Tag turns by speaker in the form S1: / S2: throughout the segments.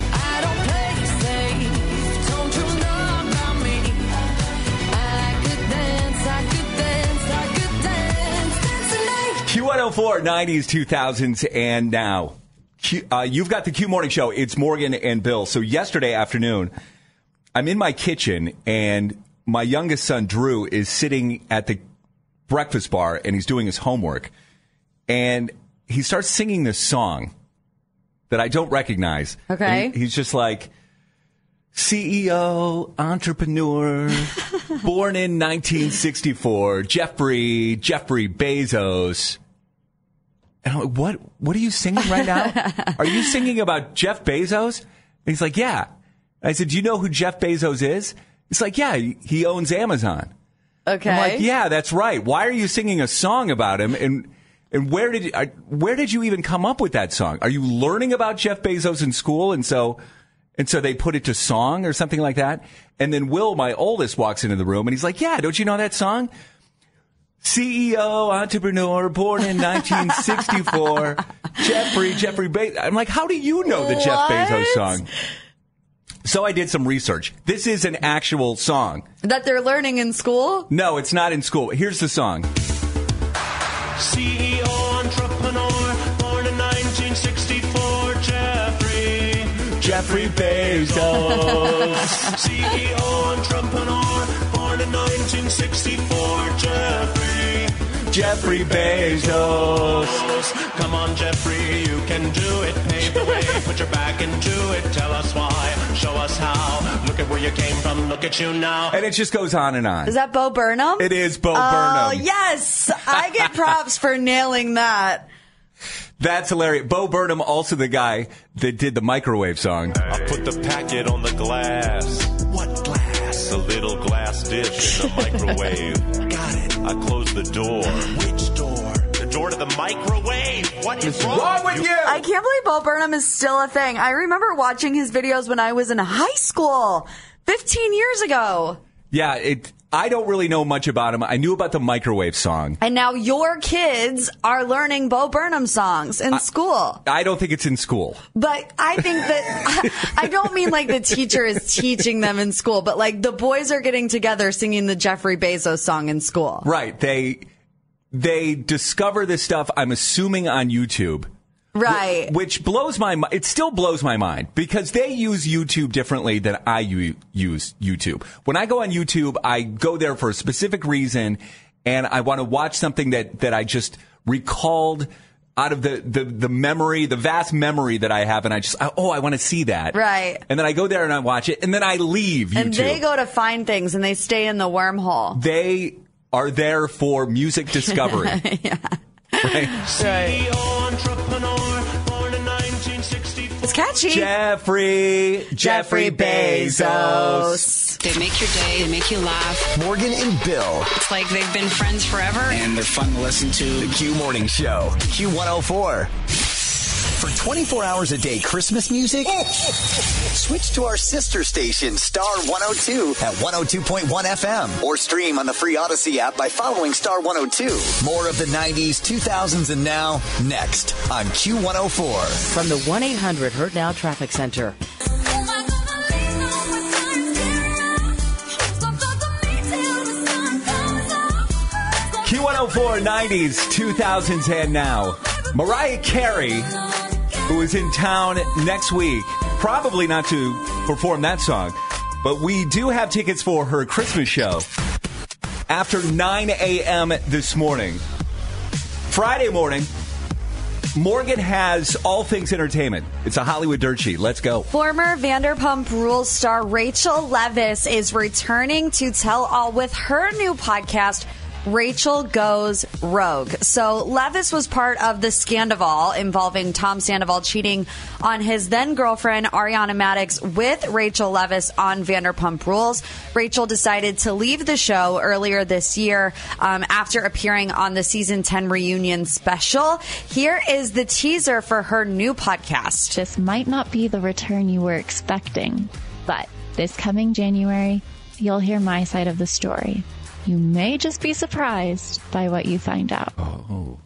S1: I don't play it safe. Don't you know about me? I could dance, I could dance, I could dance, dance tonight.
S2: Q104, 90s, 2000s, and now. Q, uh, you've got the Q Morning Show. It's Morgan and Bill. So yesterday afternoon, I'm in my kitchen and my youngest son, Drew, is sitting at the breakfast bar and he's doing his homework. And he starts singing this song that I don't recognize.
S3: Okay.
S2: And he- he's just like, CEO, entrepreneur, born in 1964, Jeffrey, Jeffrey Bezos. And I'm like, what, what are you singing right now? are you singing about Jeff Bezos? And he's like, yeah. I said, do you know who Jeff Bezos is? He's like, yeah, he owns Amazon.
S3: Okay.
S2: I'm like, yeah, that's right. Why are you singing a song about him? And and where did you, I- where did you even come up with that song? Are you learning about Jeff Bezos in school? And so and so they put it to song or something like that. And then Will, my oldest, walks into the room and he's like, "Yeah, don't you know that song?" CEO, entrepreneur, born in 1964, Jeffrey, Jeffrey Bezos. I'm like, how do you know the Jeff Bezos
S3: What?
S2: song? So I did some research. This is an actual song.
S3: That they're learning in school?
S2: No, it's not in school. Here's the song.
S4: CEO E entrepreneur, born in 1964, Jeffrey.
S2: Jeffrey Bezos.
S4: CEO entrepreneur, born in 1964, Jeffrey.
S2: Jeffrey Bezos.
S4: Come on, Jeffrey, you can do it. Pave the way, put your back into it. Tell us why, show us how. Look at where you came from, look at you now.
S2: And it just goes on and on.
S3: Is that Bo Burnham?
S2: It is Bo
S3: Oh,
S2: Burnham.
S3: yes. I get props for nailing that.
S2: That's hilarious. Bo Burnham, also the guy that did the microwave song.
S4: I put the packet on the glass. What glass? A little glass dish in the microwave. Got it. I closed the door. Which door? The door to the microwave. What is wrong,
S2: Wrong with you?
S3: I can't believe Bo Burnham is still a thing. I remember watching his videos when I was in high school 15 years ago.
S2: Yeah, it. I don't really know much about him. I knew about the microwave song.
S3: And now your kids are learning Bo Burnham songs in school.
S2: I don't think it's in school.
S3: But I think that I, I don't mean like the teacher is teaching them in school, but like the boys are getting together singing the Jeffrey Bezos song in school.
S2: Right. They they discover this stuff. I'm assuming on YouTube.
S3: Right.
S2: Which blows my mi- it still blows my mind because they use YouTube differently than I u- use YouTube. When I go on YouTube, I go there for a specific reason and I want to watch something that that I just recalled out of the, the, the memory, the vast memory that I have and I just I, oh, I want to see that.
S3: Right.
S2: And then I go there and I watch it and then I leave YouTube.
S3: and they go to find things and they stay in the wormhole.
S2: They are there for music discovery. Right?
S4: CEO entrepreneur, born in 1964.
S3: It's catchy.
S2: Jeffrey, Jeffrey Bezos.
S5: They make your day, they make you laugh.
S6: Morgan and Bill.
S5: It's like they've been friends forever.
S6: And they're fun to listen to. The Q Morning Show. Q104. For 24 hours a day Christmas music, switch to our sister station, Star 102, at 102.1 FM, or stream on the free Odyssey app by following Star 102. More of the 90s, 2000s, and now, next on Q104.
S7: From the 1 800 Hurt Now Traffic Center.
S2: Q104 90s, 2010 now. Mariah Carey, who is in town next week, Probably not to perform that song, but we do have tickets for her Christmas show after 9 a.m. this morning. Friday morning, Morgan has all things entertainment. It's a Hollywood dirt sheet. Let's go.
S3: Former Vanderpump Rules star Rachel Levis is returning to Tell All with her new podcast. Rachel Goes Rogue. So Levis was part of the Scandival involving Tom Sandoval cheating on his then girlfriend Ariana Maddox with Rachel Levis on Vanderpump Rules. Rachel decided to leave the show earlier this year um, after appearing on the season 10 reunion special. Here is the teaser for her new podcast.
S8: This might not be the return you were expecting, but this coming January, you'll hear my side of the story. You may just be surprised by what you find out.
S2: Oh.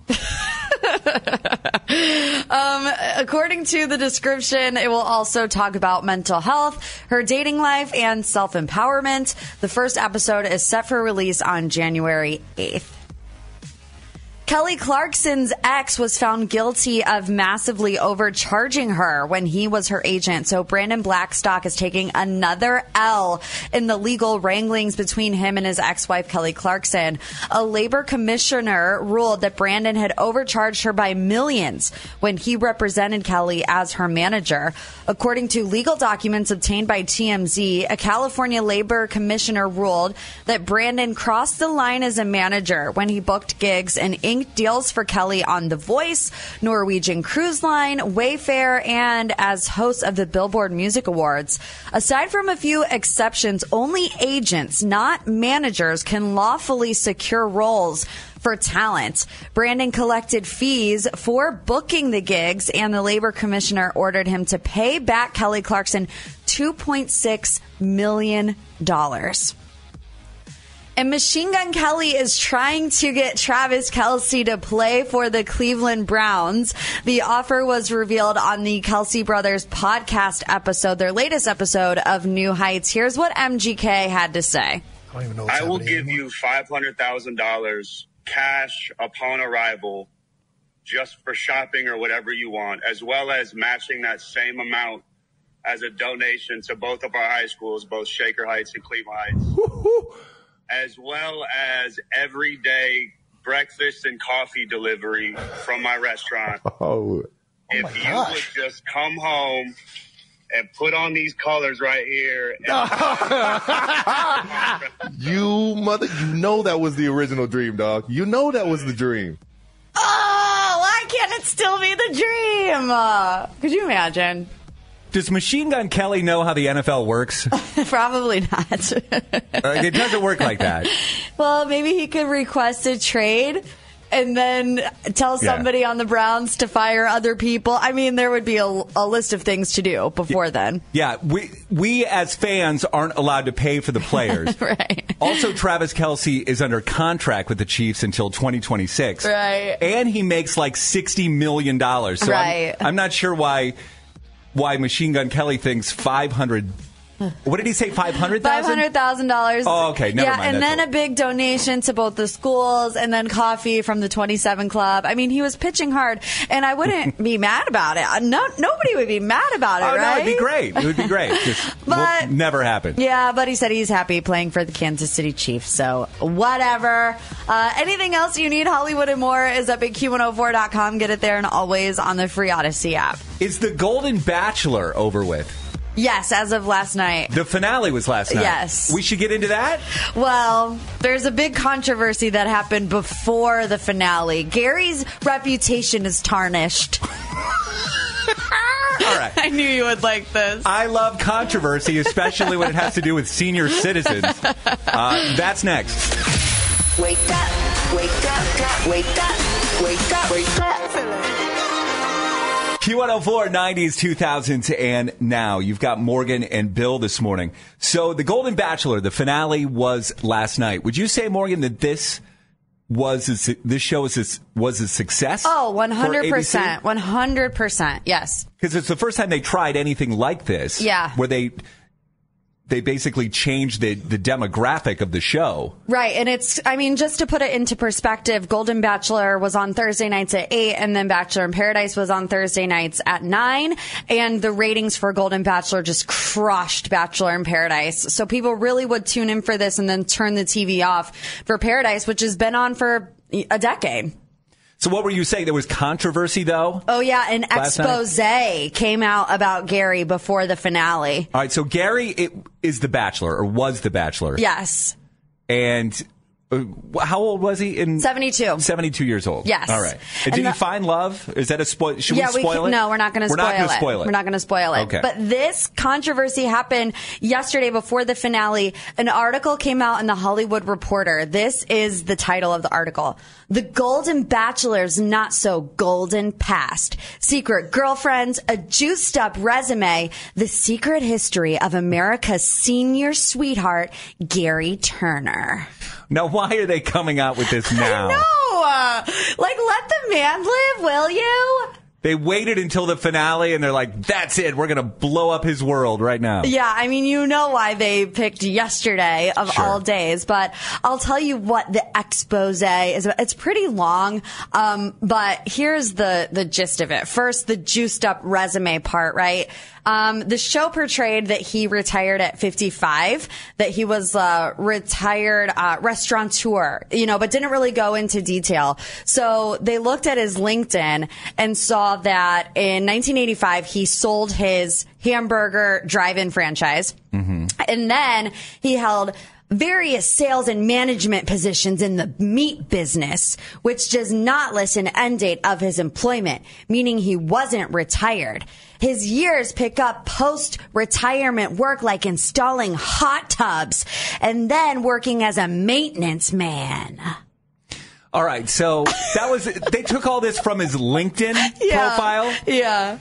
S3: Um, according to the description, it will also talk about mental health, her dating life, and self empowerment. The first episode is set for release on January 8th. Kelly Clarkson's ex was found guilty of massively overcharging her when he was her agent. So Brandon Blackstock is taking another L in the legal wranglings between him and his ex-wife Kelly Clarkson. A labor commissioner ruled that Brandon had overcharged her by millions when he represented Kelly as her manager. According to legal documents obtained by TMZ, a California labor commissioner ruled that Brandon crossed the line as a manager when he booked gigs and inked deals for Kelly on The Voice, Norwegian Cruise Line, Wayfair, and as host of the Billboard Music Awards. Aside from a few exceptions, only agents, not managers, can lawfully secure roles for talent. Brandon collected fees for booking the gigs, and the labor commissioner ordered him to pay back Kelly Clarkson $2.6 million. And Machine Gun Kelly is trying to get Travis Kelsey to play for the Cleveland Browns. The offer was revealed on the Kelsey Brothers podcast episode, their latest episode of New Heights. Here's what MGK had to
S9: I
S3: say.
S9: don't even know. I will give you five hundred thousand dollars cash upon arrival, just for shopping or whatever you want, as well as matching that same amount as a donation to both of our high schools, both Shaker Heights and Cleveland Heights, as well as everyday breakfast and coffee delivery from my restaurant.
S10: Oh.
S9: if you would just come home and put on these colors right here. and-
S10: You mother, you know that was the original dream, dog. You know that was the dream.
S3: Oh, why can't it still be the dream? Uh, could you imagine?
S2: Does Machine Gun Kelly know how the NFL works?
S3: Probably not.
S2: Like, it doesn't work like that.
S3: well, maybe he could request a trade and then tell
S2: Yeah.
S3: somebody on the Browns to fire other people. I mean, there would be a, a list of things to do before then.
S2: Yeah, we we as fans aren't allowed to pay for the players.
S3: right.
S2: Also, Travis Kelsey is under contract with the Chiefs until 2026.
S3: Right.
S2: And he makes like 60 million dollars. So
S3: Right.
S2: I'm, I'm not sure why why Machine Gun Kelly thinks 500. What did he say? 500,000.
S3: Five hundred thousand dollars.
S2: Oh, okay, never
S3: yeah,
S2: mind,
S3: and
S2: that's
S3: then a big donation to both the schools, and then coffee from the Twenty Seven Club. I mean, he was pitching hard, and I wouldn't be mad about it. No, nobody would be mad about it,
S2: Oh no,
S3: right?
S2: it'd be great. It would be great. Just
S3: But-
S2: will never happen.
S3: Yeah, but he said he's happy playing for the Kansas City Chiefs, so whatever. Uh, anything else you need, Hollywood and more, is up at Q104.com. Get it there and always on the free Odyssey app.
S2: Is the Golden Bachelor over with?
S3: Yes, as of last night.
S2: The finale was last night.
S3: Yes.
S2: We should get into that.
S3: Well, there's a big controversy that happened before the finale. Gary's reputation is tarnished.
S2: All right.
S3: I knew you would like this.
S2: I love controversy, especially when it has to do with senior citizens. Uh, that's next.
S1: Wake up, wake up, wake up, wake up, wake up.
S2: Q104, 90s, 2000s, and now. You've got Morgan and Bill this morning. So, The Golden Bachelor, the finale was last night. Would you say, Morgan, that this was a, su- this show was a, s- was a success?
S3: Oh, 100%. 100%. Yes.
S2: Because it's the first time they tried anything like this.
S3: Yeah.
S2: Where they they basically changed the the demographic of the show.
S3: Right. And it's, I mean, just to put it into perspective, Golden Bachelor was on Thursday nights at 8, and then Bachelor in Paradise was on Thursday nights at 9. And the ratings for Golden Bachelor just crushed Bachelor in Paradise. So people really would tune in for this and then turn the TV off for Paradise, which has been on for a decade.
S2: So what were you saying? There was controversy though.
S3: Oh, yeah. An
S2: Last night?
S3: expose came out about Gary before the finale.
S2: All right, so Gary it, is the Bachelor or was the Bachelor?
S3: Yes.
S2: And uh, wh- how old was he? In
S3: seventy-two.
S2: Seventy-two years old.
S3: Yes.
S2: All right. And
S3: And
S2: did
S3: the-
S2: he find love? Is that a spoil? Should
S3: yeah,
S2: we spoil
S3: can,
S2: it?
S3: No, we're not going to
S2: We're
S3: spoil
S2: not gonna
S3: it.
S2: spoil it.
S3: We're not going to spoil it.
S2: Okay.
S3: But this controversy happened yesterday before the finale. An article came out in the Hollywood Reporter. This is the title of the article. The Golden Bachelor's Not So Golden Past. Secret Girlfriends, a juiced up resume, the secret history of America's senior sweetheart, Gary Turner.
S2: Now, why are they coming out with this now?
S3: No, uh, like let the man live, will you?
S2: They waited until the finale, and they're like, "That's it. We're going to blow up his world right now."
S3: Yeah, I mean, you know why they picked yesterday of
S2: Sure.
S3: all days, but I'll tell you what the expose is. about. It's pretty long, um, but here's the the gist of it. First, the juiced up resume part, right? Um, the show portrayed that he retired at 55, that he was a retired uh, restaurateur, you know, but didn't really go into detail. So they looked at his LinkedIn and saw that in 1985 he sold his hamburger drive-in franchise. And then he held various sales and management positions in the meat business, which does not list an end date of his employment, meaning he wasn't retired. His years pick up post retirement work like installing hot tubs and then working as a maintenance man.
S2: All right, so that was they took all this from his LinkedIn profile.
S3: Yeah.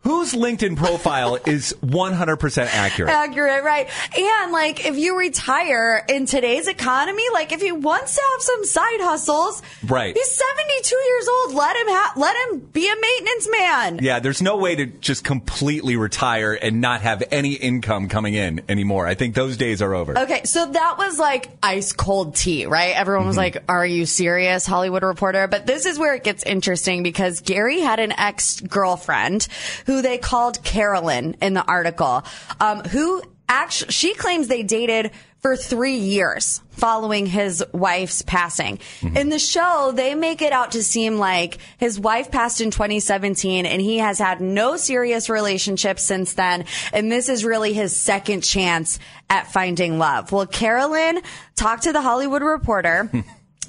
S2: Whose LinkedIn profile is 100% accurate?
S3: Accurate, right. And like if you retire in today's economy, like if he wants to have some side hustles,
S2: Right.
S3: He's 72 years old. Let him ha- let him be a maintenance man.
S2: Yeah, there's no way to just completely retire and not have any income coming in anymore. I think those days are over.
S3: Okay, so that was like ice cold tea, right? Everyone was
S2: Mm-hmm.
S3: like, "Are you serious, Hollywood Reporter?" But this is where it gets interesting because Gary had an ex girlfriend who they called Carolyn in the article, um, who actually she claims they dated for three years following his wife's passing. In the show, they make it out to seem like his wife passed in 2017 and he has had no serious relationship since then. And this is really his second chance at finding love. Well, Carolyn talked to the Hollywood Reporter.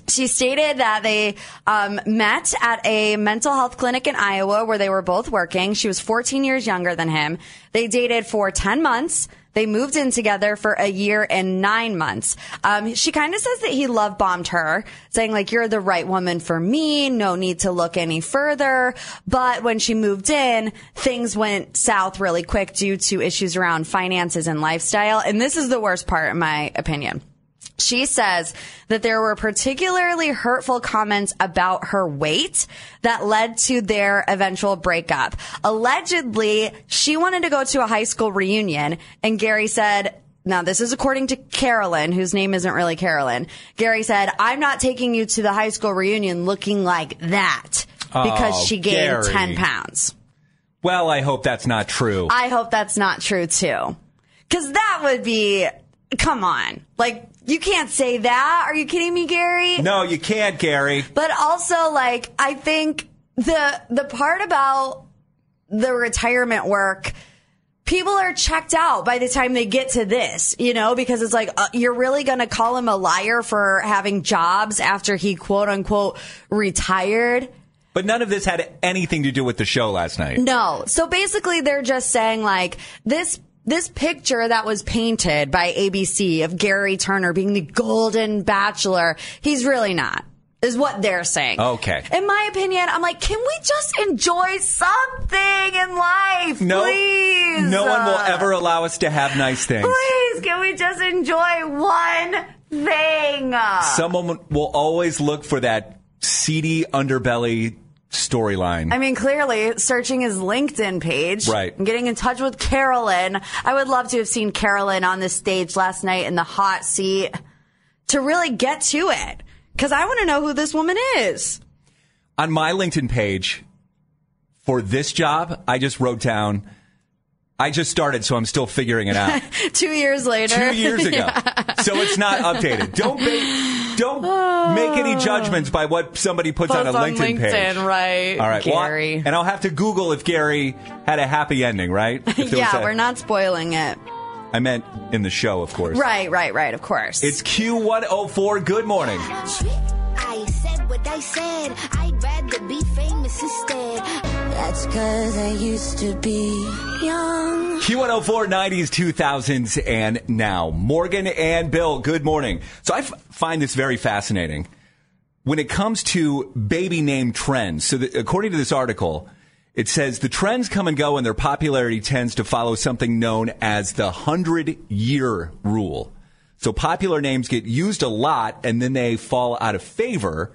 S3: She stated that they um, met at a mental health clinic in Iowa where they were both working. She was 14 years younger than him. They dated for 10 months. They moved in together for a year and nine months. Um, she kind of says that he love bombed her, saying like, "You're the right woman for me. No need to look any further." But when she moved in, things went south really quick due to issues around finances and lifestyle. And this is the worst part, in my opinion. She says that there were particularly hurtful comments about her weight that led to their eventual breakup. Allegedly, she wanted to go to a high school reunion and Gary said, now this is according to Carolyn, whose name isn't really Carolyn. Gary said, I'm not taking you to the high school reunion looking like that because
S2: Oh,
S3: she gained
S2: Gary.
S3: 10 pounds.
S2: Well, I hope that's not true.
S3: I hope that's not true too. Cause that would be, come on. Like, you can't say that. Are you kidding me, Gary?
S2: no, you can't, Gary.
S3: But also, like, I think the, the part about the retirement work, people are checked out by the time they get to this, you know, because it's like, uh, you're really going to call him a liar for having jobs after he quote unquote retired.
S2: But none of this had anything to do with the show last night.
S3: No. So basically they're just saying like this this picture that was painted by ABC of Gary Turner being the golden bachelor, he's really not. Is what they're saying.
S2: Okay.
S3: In my opinion, I'm like, can we just enjoy something in life?
S2: No,
S3: please.
S2: no one will
S3: Uh,
S2: ever allow us to have nice things.
S3: Please, can we just enjoy one thing?
S2: Someone will always look for that seedy underbelly storyline.
S3: I mean, clearly, searching his LinkedIn page
S2: Right.
S3: and getting in touch with Carolyn. I would love to have seen Carolyn on this stage last night in the hot seat to really get to it. Because I want to know who this woman is.
S2: on my LinkedIn page for this job, I just wrote down, I just started, so I'm still figuring it out.
S3: Two years later.
S2: Two years ago. So it's not updated. Don't make, don't make any judgments by what somebody puts on a
S3: Oh. Post on
S2: LinkedIn, page.
S3: LinkedIn, right,
S2: All right. well, I-
S3: Gary.
S2: and I'll have to Google if Gary had a happy ending, right? If there was
S3: yeah,
S2: a-
S3: we're not spoiling it.
S2: I meant in the show, of course.
S3: Right, right, right, of course.
S2: It's Q104. Good morning.
S11: I said what I said. I'd rather be famous instead. That's cause I used to be young.
S2: Q104, 90s, 2000s, and now. Morgan and Bill, good morning. So I f- find this very fascinating. When it comes to baby name trends, so the, according to this article, it says the trends come and go and their popularity tends to follow something known as the 100 year rule. So popular names get used a lot and then they fall out of favor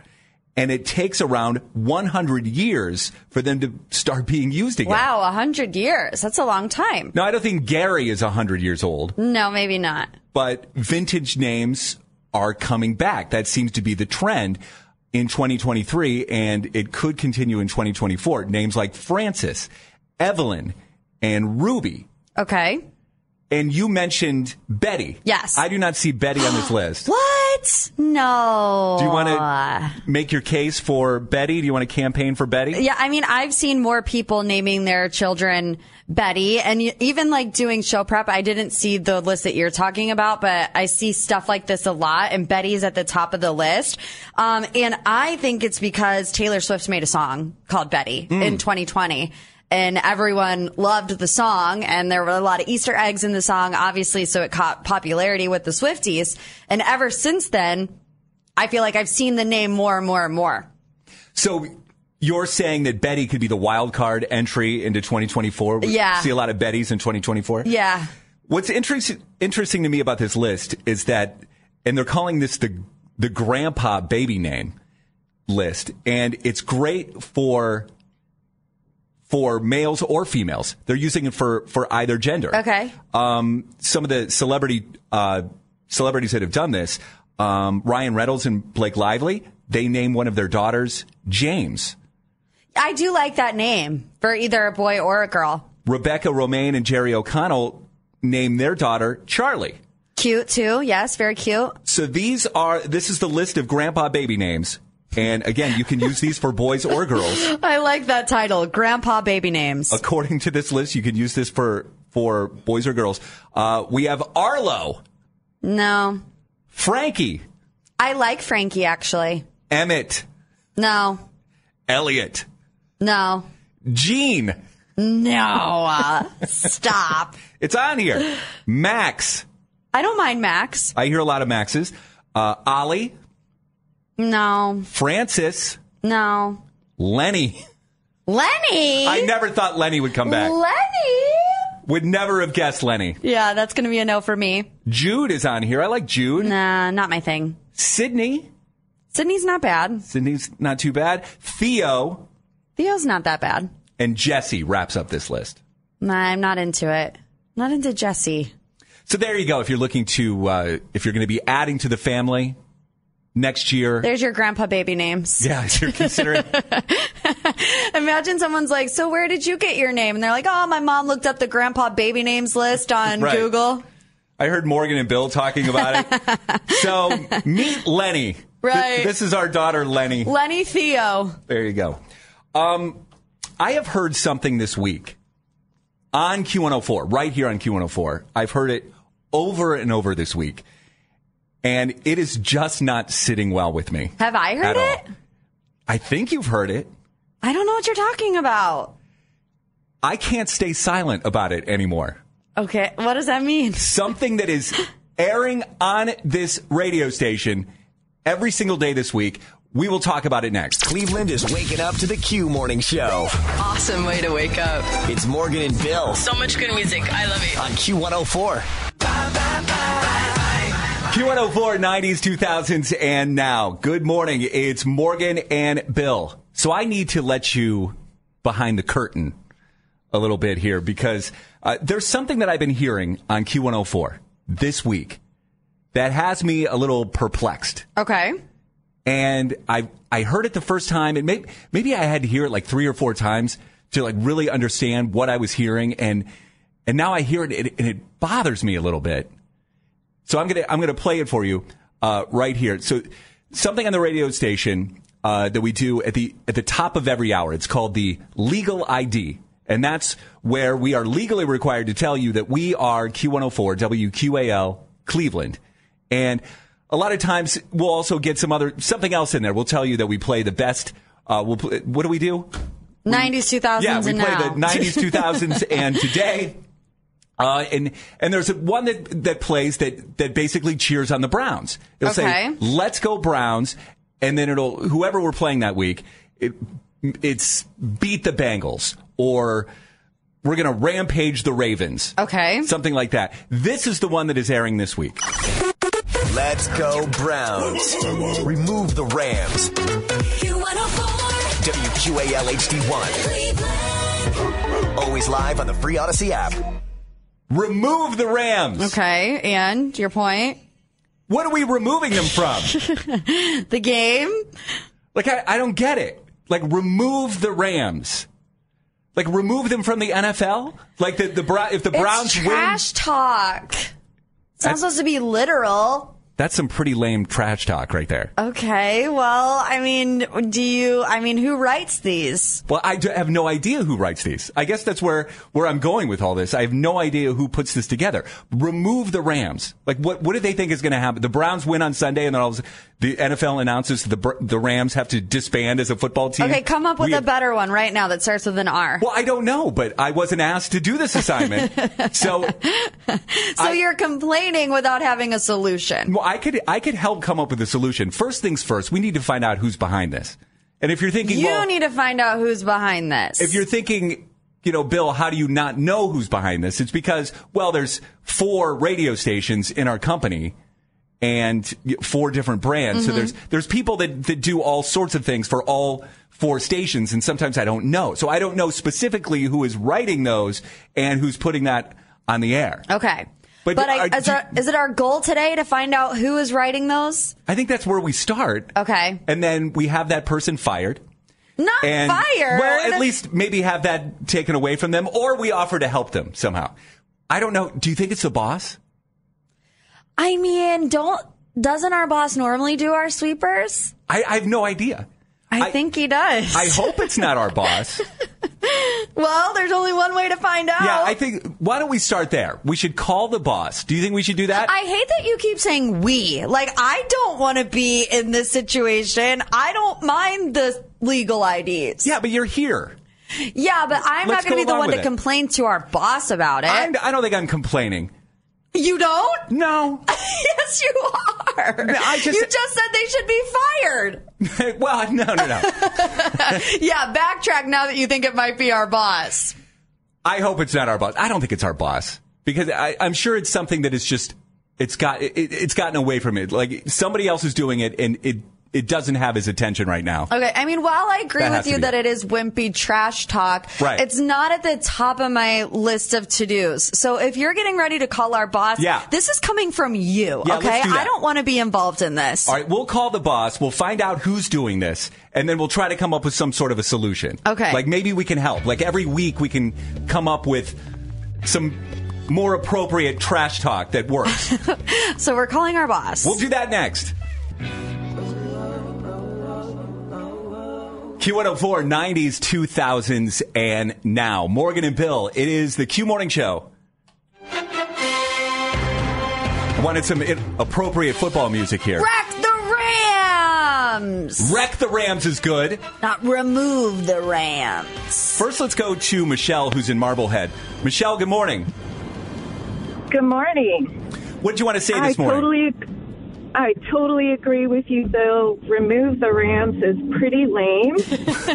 S2: and it takes around 100 years for them to start being used again.
S3: wow, 100 years. That's a long time.
S2: No, I don't think Gary is 100 years old,
S3: No, maybe not.
S2: but vintage names are coming back. That seems to be the trend in 2023, and it could continue in 2024. Names like Francis, Evelyn, and Ruby.
S3: Okay.
S2: And you mentioned Betty.
S3: Yes.
S2: I do not see Betty on this list.
S3: What? No.
S2: Do you want to make your case for Betty? Do you want to campaign for Betty?
S3: Yeah, I mean, I've seen more people naming their children Betty, and y- even like doing show prep, I didn't see the list that you're talking about, but I see stuff like this a lot, and Betty's at the top of the list. Um, and I think it's because Taylor Swift's made a song called Betty in 2020. And everyone loved the song, and there were a lot of Easter eggs in the song, obviously, so it caught popularity with the Swifties. And ever since then, I feel like I've seen the name more and more and more.
S2: So you're saying that Betty could be the wild card entry into 2024? We
S3: Yeah.
S2: See a lot of Bettys in 2024?
S3: Yeah.
S2: What's interesting interesting to me about this list is that, and they're calling this the the grandpa baby name list, and it's great for for males or females. They're using it for for either gender.
S3: Okay.
S2: Um, some of the celebrity uh, celebrities that have done this, um, Ryan Reynolds and Blake Lively, they name one of their daughters James.
S3: I do like that name for either a boy or a girl.
S2: Rebecca Romaine and Jerry O'Connell name their daughter Charlie.
S3: Cute too. Yes, very cute.
S2: So these are this is the list of grandpa baby names. And again, you can use these for boys or girls.
S3: I like that title, Grandpa Baby Names.
S2: According to this list, you can use this for for boys or girls. Uh, we have Arlo,
S3: No.
S2: Frankie,
S3: I like Frankie actually.
S2: Emmett,
S3: No.
S2: Elliot,
S3: No.
S2: Gene.
S3: No. uh, stop.
S2: It's on here. Max.
S3: I don't mind Max.
S2: I hear a lot of Maxes. Uh, Ollie,
S3: No.
S2: Francis,
S3: No.
S2: Lenny.
S3: Lenny.
S2: I never thought Lenny would come back.
S3: Lenny.
S2: Would never have guessed Lenny.
S3: Yeah, that's going to be a no for me.
S2: Jude is on here. I like Jude.
S3: Nah, not my thing.
S2: Sydney.
S3: Sydney's not bad.
S2: Sydney's not too bad. Theo
S3: Theo's not that bad.
S2: and Jesse wraps up this list.
S3: Nah, I'm not into it. Not into Jesse.
S2: So there you go. If you're looking to, uh, if you're going to be adding to the family next year,
S3: There's your grandpa baby names.
S2: yeah, if you're considering.
S3: Imagine someone's like, "So where did you get your name?" And they're like, "Oh, my mom looked up the grandpa baby names list on
S2: Right.
S3: Google."
S2: I heard Morgan and Bill talking about it. so meet Lenny. Th-
S3: Right.
S2: this is our daughter Lenny.
S3: Lenny Theo.
S2: There you go. Um, I have heard something this week on Q104, right here on Q104. I've heard it over and over this week, and it is just not sitting well with me.
S3: Have I heard
S2: At all.
S3: it?
S2: I think you've heard it.
S3: I don't know what you're talking about.
S2: I can't stay silent about it anymore.
S3: Okay, what does that mean?
S2: Something that is airing on this radio station every single day this week. We will talk about it next.
S6: Cleveland is waking up to the Q Morning Show.
S7: Awesome way to wake up.
S6: It's Morgan and Bill
S7: So much good music. I love it.
S6: on Q104.
S2: Q104, 90s, 2000s, and now. Good morning. It's Morgan and Bill. So I need to let you behind the curtain a little bit here because uh, there's something that I've been hearing on Q104 this week that has me a little perplexed.
S3: Okay.
S2: And I I heard it the first time, and maybe maybe I had to hear it like three or four times to like really understand what I was hearing, and and now I hear it and it, and it bothers me a little bit. So I'm gonna I'm gonna play it for you uh, right here. So something on the radio station uh, that we do at the at the top of every hour. It's called the legal ID, and that's where we are legally required to tell you that we are Q104 WQAL Cleveland, and a lot of times we'll also get some other something else in there. We'll tell you that we play the best. Uh, we'll pl- what do we do?
S3: 90s, 2000s,
S2: yeah, we
S3: and
S2: play
S3: now.
S2: the 90s, 2000s, and today. Uh, and and there's one that that plays that that basically cheers on the Browns. It'll
S3: Okay.
S2: say, "Let's go Browns," and then it'll whoever we're playing that week, it, it's beat the Bengals or we're gonna rampage the Ravens.
S3: Okay.
S2: something like that. This is the one that is airing this week.
S6: Let's go Browns. Remove the Rams. WQAL HD1. Always live on the free Odyssey app.
S2: Remove the Rams.
S3: Okay, and your point?
S2: What are we removing them from?
S3: the game?
S2: Like I, I don't get it. Like remove the Rams. Like remove them from the NFL. Like the the Brown if the Browns
S3: it's
S2: win,
S3: trash talk. It's not
S2: That's-
S3: supposed to be literal.
S2: that's some pretty lame trash talk right there.
S3: Okay, well, I mean, do you, I mean, who writes these?
S2: Well, I do- have no idea who writes these. I guess that's where where I'm going with all this. I have no idea who puts this together. Remove the Rams. Like what what do they think is going to happen? The Browns win on Sunday, and then all of a sudden the NFL announces the Br- the Rams have to disband as a football team.
S3: Okay, come up with
S2: We-
S3: a better one right now that starts with an R.
S2: Well, I don't know, but I wasn't asked to do this assignment, so
S3: so you're complaining without having a solution.
S2: Well, I could I could help come up with a solution. First things first, we need to find out who's behind this. And if you're thinking,
S3: You
S2: well,
S3: need to find out who's behind this.
S2: if you're thinking, you know, Bill, how do you not know who's behind this? It's because well, there's four radio stations in our company and four different brands. So
S12: Mhm.
S2: there's there's people that that do all sorts of things for all four stations and sometimes I don't know. So I don't know specifically who is writing those and who's putting that on the air.
S3: Okay.
S2: But
S3: But, I,
S2: are-
S3: is, our, is it our goal today to find out who is writing those?
S2: I think that's where we start.
S3: Okay.
S2: And then we have that person fired.
S3: Not
S2: and
S3: fired.
S2: Well, at least maybe have that taken away from them, or we offer to help them somehow. I don't know. Do you think it's the boss?
S3: I mean, don't doesn't our boss normally do our sweepers?
S2: I, I have no idea.
S3: I, think he does.
S2: I hope it's not our boss.
S3: well, there's only one way to find out.
S2: Yeah, I think. Why don't we start there? We should call the boss. Do you think we should do that?
S3: I hate that you keep saying we. Like, I don't want to be in this situation. I don't mind the legal IDs.
S2: Yeah, but you're here.
S3: Yeah, but I'm
S2: Let's go
S3: not going to be the
S2: along
S3: one
S2: with
S3: to
S2: it.
S3: complain to our boss about it.
S2: I'm, I don't think I'm complaining.
S3: you don't?
S2: No.
S3: yes, you are.
S2: I just-
S3: you just said they should be fired.
S2: well, no, no, no.
S3: yeah, backtrack now that you think it might be our boss.
S2: I hope it's not our boss. I don't think it's our boss because I, I'm sure it's something that is just it's got it, it's gotten away from it. Like somebody else is doing it, and it it doesn't have his attention right now.
S3: Okay, I mean, while I agree
S2: That has
S3: with
S2: to
S3: you
S2: be
S3: that
S2: it.
S3: it is wimpy trash talk,
S2: Right.
S3: it's not at the top of my list of to dos. So if you're getting ready to call our boss,
S2: Yeah.
S3: this is coming from you,
S2: Yeah, let's
S3: okay?
S2: do that.
S3: I don't want to be involved in this.
S2: All right, we'll call the boss. We'll find out who's doing this, and then we'll try to come up with some sort of a solution.
S3: Okay.
S2: Like maybe we can help. Like every week we can come up with some more appropriate trash talk that works.
S3: So we're calling our boss.
S2: we'll do that next. Q104, 90s, 2000s, and now. Morgan and Bill, it is the Q Morning Show. I wanted some i- appropriate football music here.
S3: Wreck the Rams!
S2: Wreck the Rams is good.
S3: Not remove the Rams.
S2: First, let's go to Michelle, who's in Marblehead. Michelle, good morning.
S13: Good morning.
S2: What do you want to say this
S13: I
S2: morning?
S13: totally, I totally agree with you. Though remove the Rams is pretty lame.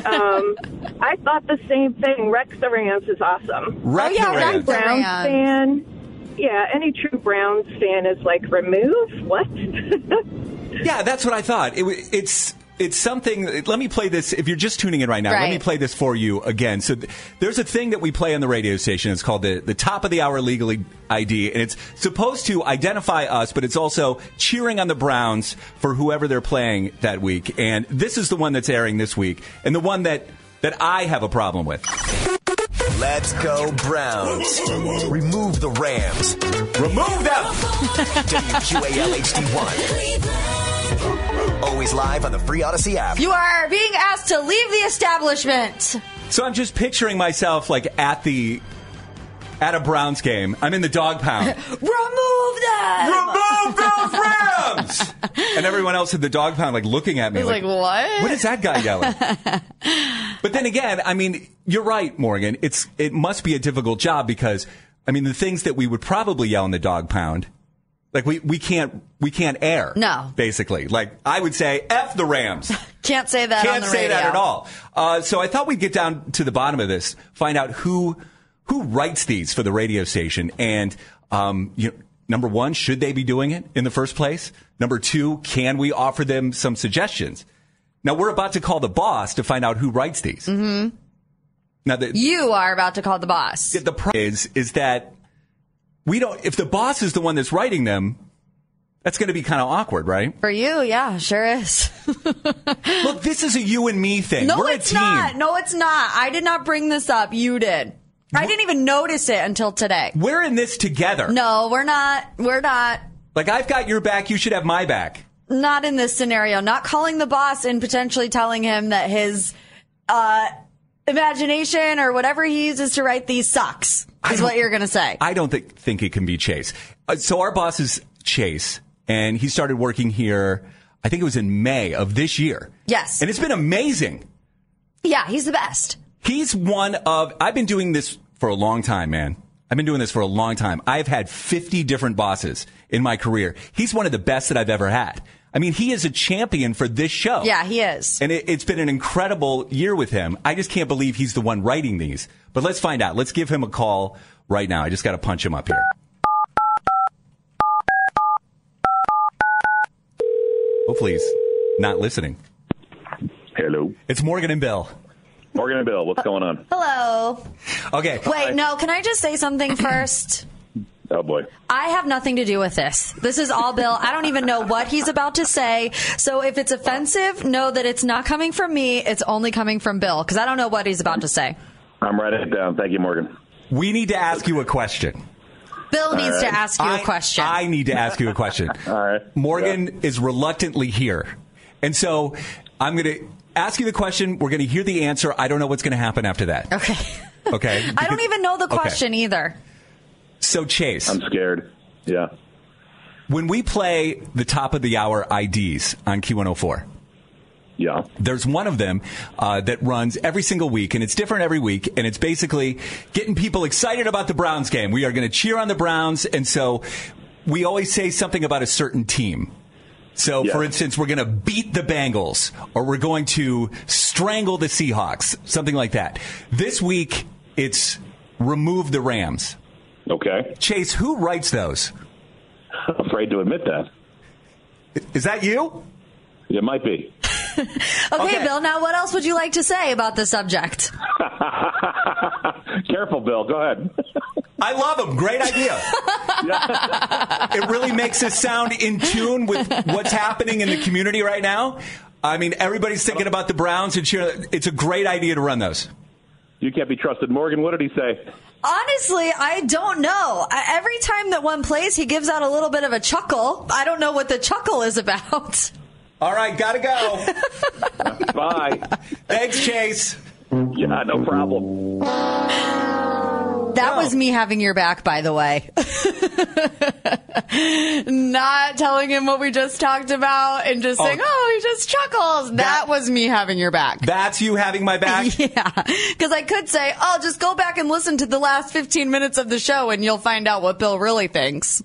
S13: um, I thought the same thing. Rex the Rams is awesome.
S2: Wreck Oh, yeah, the Rams. Wreck the
S13: Browns
S2: Rams.
S13: fan. yeah, any true Browns fan is like, remove? What?
S2: Yeah, that's what I thought. It, wa- it's it's something. Let me play this. If you're just tuning in right now, let me
S12: Right.
S2: play this for you again. So th- there's a thing that we play on the radio station. It's called the the top of the hour legally ID, and it's supposed to identify us, but it's also cheering on the Browns for whoever they're playing that week. And this is the one that's airing this week, and the one that that I have a problem with.
S6: Let's go Browns. Remove the Rams. Remove them. WQALHD1. Always live on the free Odyssey app.
S3: You are being asked to leave the establishment.
S2: So I'm just picturing myself like at the at a Browns game. I'm in the dog pound.
S3: Remove them.
S2: Oh. Remove those Rams. and everyone else in the dog pound like looking at me
S7: He's like,
S2: like,
S7: what?
S2: what is that guy yelling but then again i mean you're right morgan it's it must be a difficult job because i mean the things that we would probably yell in the dog pound like we, we can't we can't air
S3: No.
S2: basically like i would say f the rams
S3: Can't say that. on
S2: can't
S3: the
S2: say that
S3: radio.
S2: at all uh, so i thought we'd get down to the bottom of this find out who who writes these for the radio station and um, you know, number one should they be doing it in the first place number two can we offer them some suggestions now we're about to call the boss to find out who writes these
S3: hmm
S2: now the,
S3: You are about to call the boss.
S2: the problem is is that we don't if the boss is the one that's writing them that's going to be kind of awkward right
S3: For you, yeah, sure is.
S2: look this is a you and me thing
S3: No,
S2: we're
S3: it's
S2: a team
S3: not. No, it's not. I did not bring this up. You did. I didn't even notice it until today.
S2: we're in this together
S3: No, we're not. We're not.
S2: Like I've got your back, you should have my back.
S3: Not in this scenario. Not calling the boss and potentially telling him that his uh, imagination or whatever he uses to write these sucks is what you're going to say.
S2: I don't think think it can be Chase. Uh, so our boss is Chase, and he started working here. I think it was in May of this year.
S3: Yes.
S2: and it's been amazing.
S3: Yeah, he's the best.
S2: He's one of I've been doing this for a long time, man. I've been doing this for a long time. I've had 50 different bosses in my career. He's one of the best that I've ever had. I mean, he is a champion for this show.
S3: Yeah, he is.
S2: And it, it's been an incredible year with him. I just can't believe he's the one writing these. But let's find out. Let's give him a call right now. I just got to punch him up here. Hopefully he's not listening. Hello. It's Morgan and Bill. Uh,
S14: Morgan and Bill, what's going on?
S3: Hello.
S2: Okay.
S3: Wait, no, can I just say something first?
S14: Oh boy.
S3: I have nothing to do with this. This is all Bill. I don't even know what he's about to say. So if it's offensive, know that it's not coming from me. It's only coming from Bill because I don't know what he's about to say.
S14: I'm writing it down. Thank you, Morgan.
S2: We need to ask you a question.
S3: Bill needs
S2: right.
S3: to ask you a
S2: I-
S3: question.
S2: I need to ask you a question. All right. Morgan is reluctantly here. And so I'm going to ask you the question. We're going to hear the answer. I don't know what's going to happen after that.
S3: Okay.
S2: Okay.
S3: I don't even know the
S2: Okay.
S3: question either.
S2: So, Chase. I'm
S14: scared. Yeah.
S2: When we play the top of the hour IDs on Q104.
S14: Yeah.
S2: There's one of them uh, that runs every single week, and it's different every week, and it's basically getting people excited about the Browns game. We are going to cheer on the Browns, and so we always say something about a certain team. So, for instance, we're going to beat the Bengals, or we're going to strangle the Seahawks, something like that. This week, it's remove the Rams.
S14: Okay.
S2: Chase, who writes those?
S14: Afraid to admit that.
S2: Is that you?
S14: It might be.
S3: Okay, Bill, now what else would you like to say about the subject?
S14: Careful, Bill. Go ahead.
S2: I love him. Great idea. it really makes us sound in tune with what's happening in the community right now. I mean, everybody's thinking about the Browns and cheer. It's a great idea to run those.
S14: You can't be trusted, Morgan. What did he say?
S3: Honestly, I don't know. I- Every time that one plays, he gives out a little bit of a chuckle. I don't know what the chuckle is about.
S2: All right, gotta go.
S14: Bye.
S2: Thanks, Chase.
S14: Yeah, no problem.
S3: That was me having your back, by the way. Not telling him what we just talked about and just
S2: Oh.
S3: saying, oh, he just chuckles. That, was me having your back.
S2: That's you having my back.
S3: Yeah. Because I could say, oh, just go back and listen to the last 15 minutes of the show and you'll find out what Bill really thinks.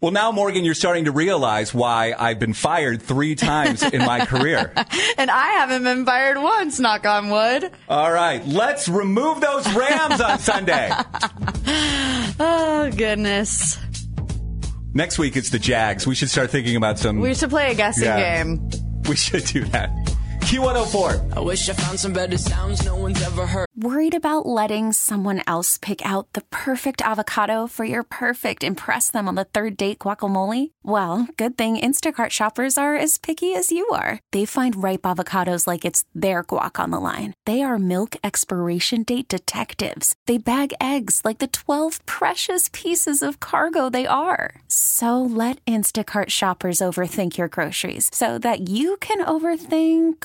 S2: Well, now, Morgan, you're starting to realize why I've been fired three times in my career.
S3: And I haven't been fired once, knock on wood.
S2: All right, let's remove those Rams on Sunday.
S3: Oh, goodness.
S2: Next week it's the Jags. We should start thinking about some.
S3: We should play a guessing
S2: Yeah.
S3: game.
S2: We should do that. Q104.
S12: I wish I found some better sounds no one's ever heard.
S15: Worried about letting someone else pick out the perfect avocado for your perfect impress them on the third date guacamole? Well, good thing Instacart shoppers are as picky as you are. They find ripe avocados like it's their guac on the line. They are milk expiration date detectives. They bag eggs like the 12 precious pieces of cargo they are. So let Instacart shoppers overthink your groceries so that you can overthink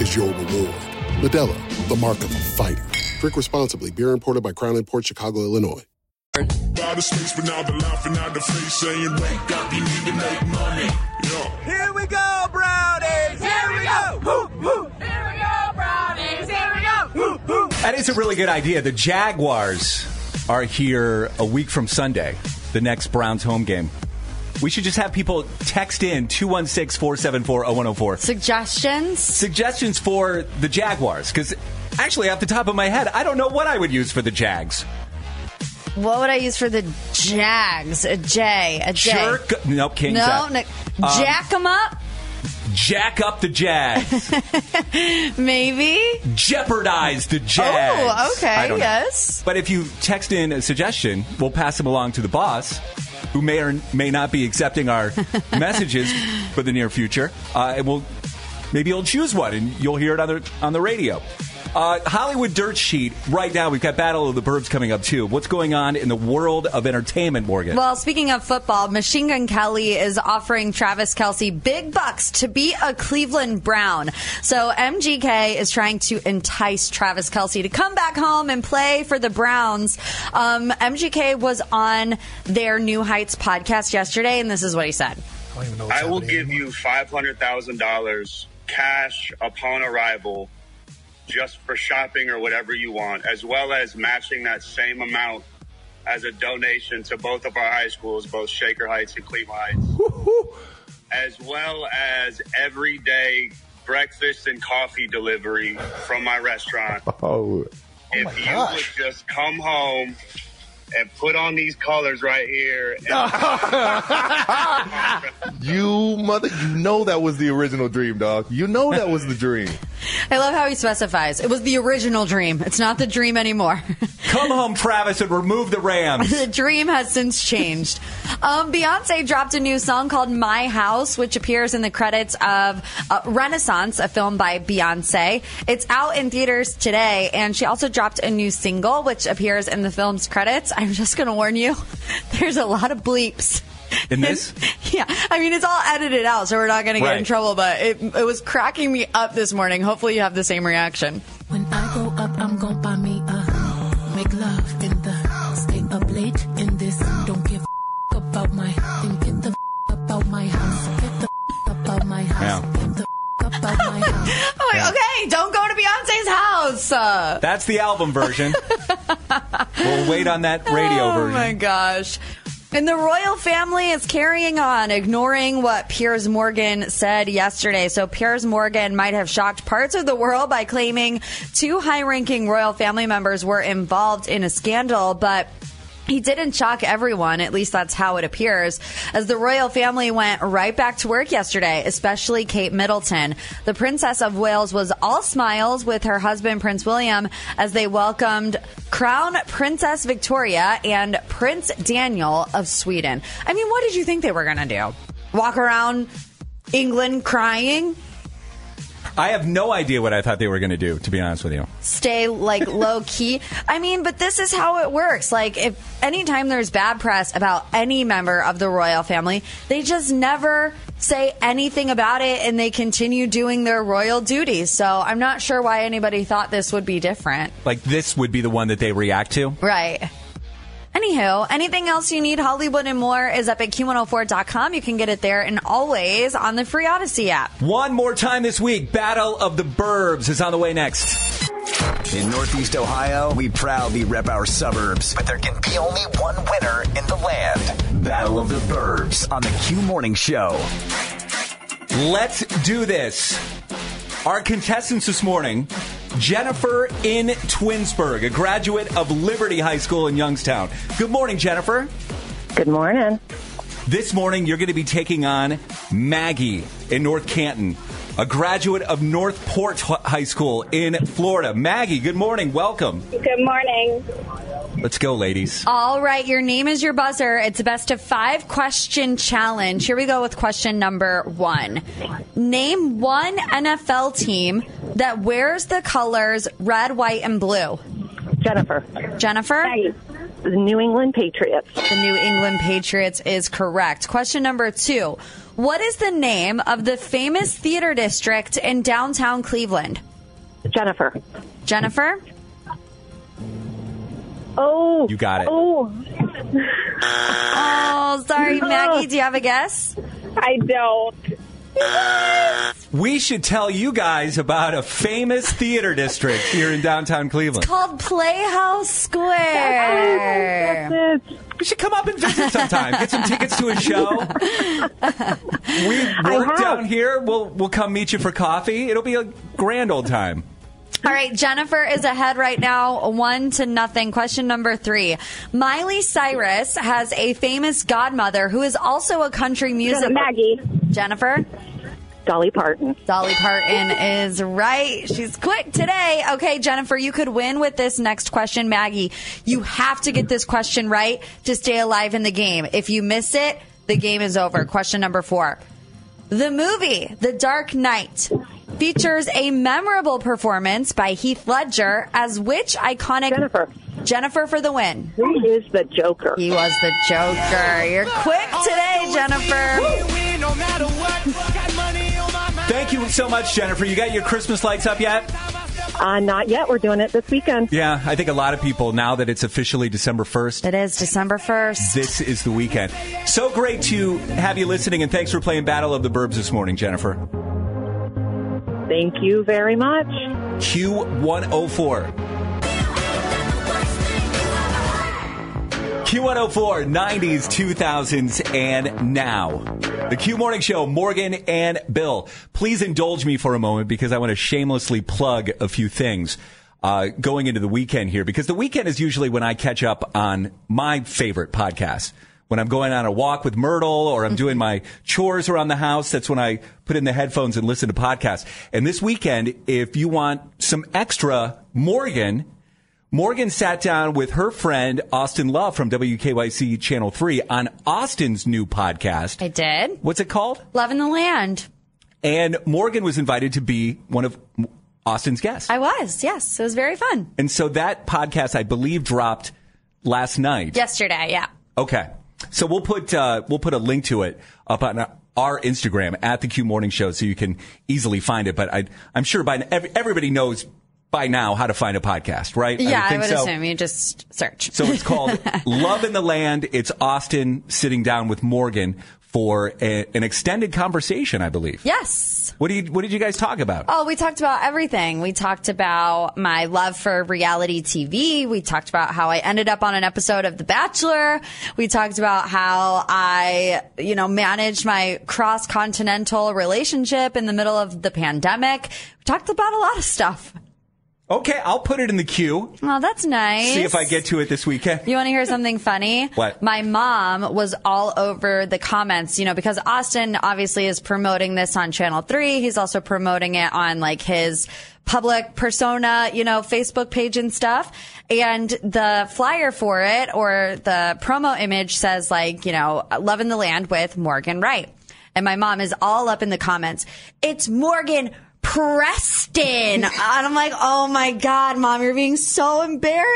S16: is your reward. Medella, the mark of a fighter. Drink responsibly. Beer imported by Crown Port Chicago, Illinois.
S17: Out of space, but now they're laughing out the face, saying, Wake up, you need to make money. Yeah.
S1: Here we go, brownies! Here we go! Woo, woo! Here we go, brownies! Here we go! Woo, woo!
S2: That is a really good idea. The Jaguars are here a week from Sunday, the next Browns home game. We should just have people text in 216 474 0104.
S3: Suggestions?
S2: Suggestions for the Jaguars. Because actually, off the top of my head, I don't know what I would use for the Jags.
S3: What would I use for the Jags? A J. A J.
S2: Sure. go- Nope, can't use
S3: no,
S2: that.
S3: no.
S2: Um,
S3: Jack 'em up,
S2: Jack up the Jags.
S3: maybe.
S2: Jeopardize the Jags.
S3: Oh, okay,
S2: I don't know.
S3: yes.
S2: But if you text in a suggestion, we'll pass them along to the boss, who may or may not be accepting our messages for the near future, uh, and we'll maybe you'll choose one and you'll hear it on the on the radio. Uh, Hollywood dirt sheet. Right now, we've got Battle of the Burbs coming up too. What's going on in the world of entertainment, Morgan?
S3: Well, speaking of football, Machine Gun Kelly is offering Travis Kelsey big bucks to be a Cleveland Brown. So MGK is trying to entice Travis Kelsey to come back home and play for the Browns. Um, MGK was on their New Heights podcast yesterday, and this is what he said.
S9: I will give you five hundred thousand dollars cash upon arrival, just for shopping or whatever you want, as well as matching that same amount as a donation to both of our high schools, both Shaker Heights and Cleveland Heights, as well as everyday breakfast and coffee delivery from my restaurant.
S10: Oh,
S9: if you would just come home and put on these colors right here. and-
S10: you mother! You know that was the original dream, dog. You know that was the dream.
S3: I love how he specifies it was the original dream. It's not the dream anymore.
S2: Come home, Travis, and remove the Rams.
S3: the dream has since changed. Um, Beyonce dropped a new song called My House, which appears in the credits of uh, Renaissance, a film by Beyonce. It's out in theaters today, and she also dropped a new single, which appears in the film's credits. I'm just going to warn you there's a lot of bleeps.
S2: In this,
S3: Yeah, I mean it's all edited out, so we're not going to get in
S2: Right.
S3: trouble. But it, it was cracking me up this morning. Hopefully, you have the same reaction.
S18: When I grow up, I'm gonna buy me a make love in the stay up late in this. Don't give a about my and get the about my house. Get the about my house. Get the about my house.
S3: I'm like,
S2: Yeah.
S3: okay, don't go to Beyonce's house. Uh,
S2: that's the album version. we'll wait on that radio
S3: Oh
S2: version.
S3: my gosh. And the royal family is carrying on, ignoring what Piers Morgan said yesterday. So, Piers Morgan might have shocked parts of the world by claiming two high ranking royal family members were involved in a scandal, but he didn't shock everyone, at least that's how it appears, as the royal family went right back to work yesterday, especially Kate Middleton. The Princess of Wales was all smiles with her husband, Prince William, as they welcomed crown Princess Victoria and Prince Daniel of Sweden. I mean, what did you think they were going to do? Walk around England crying?
S2: I have no idea what I thought they were going to do, to be honest with you.
S3: stay like low key. I mean, but this is how it works. Like, if anytime there's bad press about any member of the royal family, they just never say anything about it and they continue doing their royal duties. So I'm not sure why anybody thought this would be different.
S2: Like, this would be the one that they react to.
S3: Right. Anywho, anything else you need, Hollywood and more, is up at Q104.com. You can get it there and always on the free Odyssey app.
S2: One more time this week, Battle of the Burbs is on the way next.
S6: In Northeast Ohio, we proudly rep our suburbs, but there can be only one winner in the land. Battle of the Burbs on the Q Morning Show.
S2: Let's do this. Our contestants this morning Jennifer in Twinsburg, a graduate of Liberty High School in Youngstown. Good morning, Jennifer.
S19: Good morning.
S2: This morning, you're going to be taking on Maggie in North Canton, a graduate of Northport H- High School in Florida. Maggie, good morning. Welcome.
S19: Good morning.
S2: Let's go, ladies.
S3: All right, your name is your buzzer. It's a best of five question challenge. Here we go with question number one. Name one NFL team that wears the colors red, white, and blue.
S19: Jennifer.
S3: Jennifer?
S19: The New England Patriots.
S3: The New England Patriots is correct. Question number two. What is the name of the famous theater district in downtown Cleveland?
S19: Jennifer.
S3: Jennifer?
S19: Oh.
S2: You got it.
S19: Oh.
S3: Oh, sorry, Maggie. Do you have a guess?
S19: I don't.
S2: We should tell you guys about a famous theater district here in downtown Cleveland.
S3: Called Playhouse
S19: Oh,
S3: Square.
S2: We should come up and visit sometime. Get some tickets to a show. We work down here. We'll we'll come meet you for coffee. It'll be a grand old time.
S3: All right, Jennifer is ahead right now, one to nothing. Question number three. Miley Cyrus has a famous godmother who is also a country music.
S19: Maggie.
S3: Jennifer?
S19: Dolly Parton.
S3: Dolly Parton is right. She's quick today. Okay, Jennifer, you could win with this next question. Maggie, you have to get this question right to stay alive in the game. If you miss it, the game is over. Question number four. The movie The Dark Knight features a memorable performance by Heath Ledger as which iconic Jennifer. Jennifer for the win.
S19: Who is the Joker?
S3: He was the Joker. You're quick today, Jennifer.
S2: Thank you so much, Jennifer. You got your Christmas lights up yet?
S19: Uh, not yet. We're doing it this weekend.
S2: Yeah, I think a lot of people now that it's officially December 1st.
S3: It is December 1st.
S2: This is the weekend. So great to have you listening, and thanks for playing Battle of the Burbs this morning, Jennifer.
S19: Thank you very much.
S2: Q104. Q104, 90s, 2000s, and now. The Q Morning Show, Morgan and Bill. Please indulge me for a moment because I want to shamelessly plug a few things uh, going into the weekend here because the weekend is usually when I catch up on my favorite podcasts. When I'm going on a walk with Myrtle or I'm doing my chores around the house, that's when I put in the headphones and listen to podcasts. And this weekend, if you want some extra Morgan, Morgan sat down with her friend Austin Love from WKYC Channel 3 on Austin's new podcast.
S3: I did.
S2: What's it called?
S3: Love in the Land.
S2: And Morgan was invited to be one of Austin's guests.
S3: I was, yes. It was very fun.
S2: And so that podcast, I believe, dropped last night.
S3: Yesterday, yeah.
S2: Okay. So we'll put uh, we'll put a link to it up on our Instagram at the Q Morning Show, so you can easily find it. But I, I'm sure by ev- everybody knows by now how to find a podcast, right?
S3: yeah, I,
S2: think
S3: would
S2: so.
S3: assume you just search.
S2: So it's called Love in the Land. It's Austin sitting down with Morgan for a, an extended conversation, I believe.
S3: yes.
S2: What do you What did you guys talk about?
S3: Oh, we talked about everything. We talked about my love for reality TV. We talked about how I ended up on an episode of The Bachelor. We talked about how I, you know, managed my cross continental relationship in the middle of the pandemic. We talked about a lot of stuff.
S2: Okay, I'll put it in the queue.
S3: Oh, that's nice.
S2: See if I get to it this weekend.
S3: You want to hear something funny?
S2: What?
S3: My mom was all over the comments, you know, because Austin obviously is promoting this on Channel 3. He's also promoting it on like his public persona, you know, Facebook page and stuff. And the flyer for it or the promo image says like, you know, Love in the Land with Morgan Wright. And my mom is all up in the comments. It's Morgan Preston. And I'm like, oh my God, mom, you're being so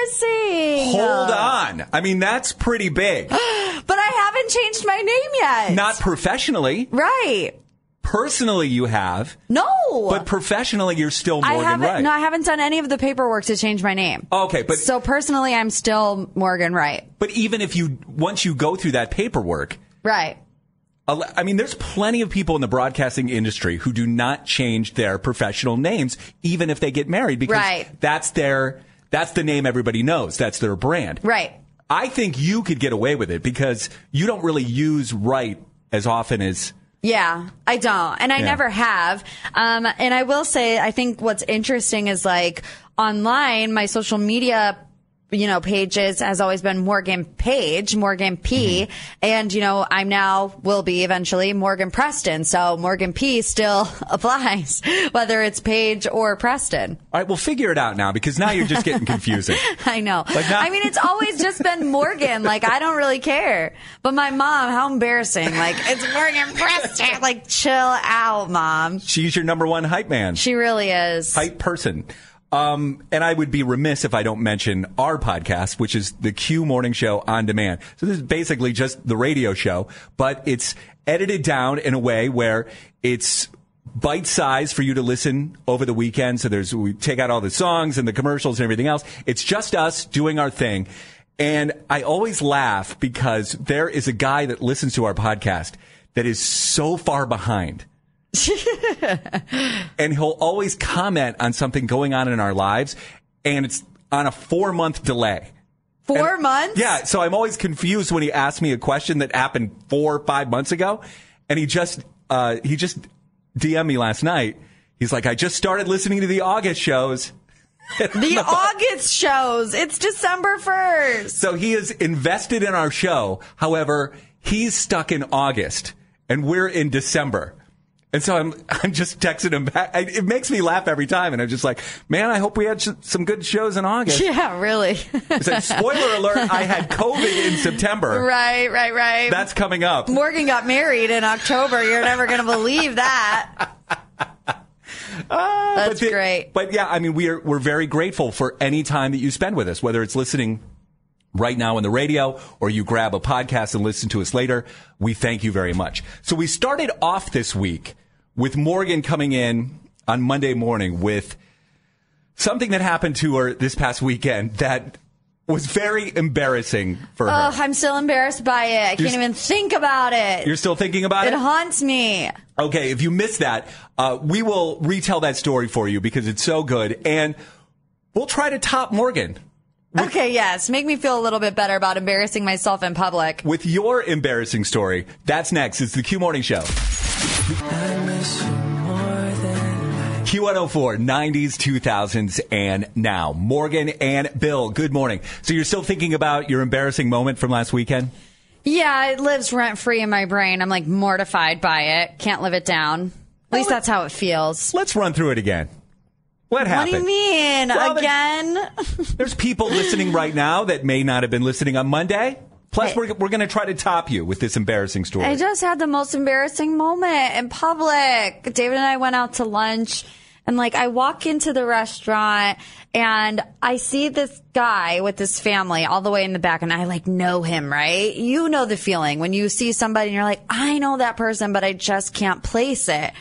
S3: embarrassing.
S2: Hold on. I mean, that's pretty big.
S3: But I haven't changed my name yet.
S2: Not professionally.
S3: Right.
S2: Personally, you have.
S3: No.
S2: But professionally, you're still
S3: I
S2: Morgan
S3: haven't.
S2: Wright.
S3: No, I haven't done any of the paperwork to change my name.
S2: Okay, but
S3: so personally, I'm still Morgan Wright.
S2: but even if you once you go through that paperwork,
S3: Right.
S2: a- I mean, there's plenty of people in the broadcasting industry who do not change their professional names, even if they get married, because
S3: Right.
S2: that's their that's the name everybody knows. That's their brand.
S3: Right.
S2: I think you could get away with it because you don't really use Wright as often as
S3: Yeah, I don't, and I
S2: Yeah.
S3: never have. Um, and I will say, I think what's interesting is like online, my social media, you know, pages has always been Morgan Page, Morgan P,
S2: Mm-hmm.
S3: and you know, I'm now will be eventually Morgan Preston. So Morgan P still applies, whether it's Page or Preston.
S2: All right, well, figure it out now because now you're just getting confusing.
S3: I know.
S2: Like not-
S3: I mean, it's always just been Morgan. Like, I don't really care. But my mom, how embarrassing. Like, it's Morgan Preston. Like, chill out, mom.
S2: She's your number one hype man,
S3: Um, She really is.
S2: hype person. Um, and I would be remiss if I don't mention our podcast, which is the Q Morning Show on demand. So this is basically just the radio show, but it's edited down in a way where it's bite sized for you to listen over the weekend. So there's, we take out all the songs and the commercials and everything else. It's just us doing our thing. And I always laugh because there is a guy that listens to our podcast that is so far behind. and he'll always comment on something going on in our lives, and it's on a four month delay.
S3: Four months?
S2: Yeah, so I'm always confused when he asks me a question that happened four or five months ago, and he just uh, he just DM me last night. He's like, I just started listening to the August shows.
S3: The August shows. It's December 1st.
S2: So he is invested in our show. However, he's stuck in August and we're in December. And so I'm, I'm just texting him back. I, it makes me laugh every time. And I'm just like, man, I hope we had sh- some good shows in August.
S3: Yeah, really.
S2: I said, spoiler alert, I had COVID in September.
S3: right, right, right.
S2: That's coming up.
S3: Morgan got married in October. You're never going to believe that.
S2: That's great. Ah, But yeah, I mean, we are, we're very grateful for any time that you spend with us, whether it's listening right now on the radio or you grab a podcast and listen to us later. We thank you very much. So we started off this week with Morgan coming in on Monday morning with something that happened to her this past weekend that was very embarrassing for her.
S3: Oh, I'm still embarrassed by it. I
S2: You're
S3: can't
S2: s-
S3: even think about it.
S2: You're still thinking about it?
S3: Oh. It haunts me.
S2: Okay, if you missed that, uh, we will retell that story for you because it's so good, and we'll try to top Morgan
S3: Okay, yes. Make me feel a little bit better about embarrassing myself in public.
S2: with your embarrassing story. That's next. It's the Q Morning Show. Q104, 90s, 2000s, and now. Morgan and Bill, good morning. So you're still thinking about your embarrassing moment from last weekend?
S3: Yeah, it lives rent free in my brain. I'm like mortified by it. Can't live it down. At least that's how it feels.
S2: Let's run through it again. What happened?
S3: What do you mean?
S2: Well, there's-
S3: Again?
S2: There's people listening right now that may not have been listening on Monday. Plus, we're, we're going to try to top you with this embarrassing story.
S3: I just had the most embarrassing moment in public. David and I went out to lunch and like I walk into the restaurant and I see this guy with his family all the way in the back and I like know him, right? You know the feeling when you see somebody and you're like, I know that person, but I just can't place it.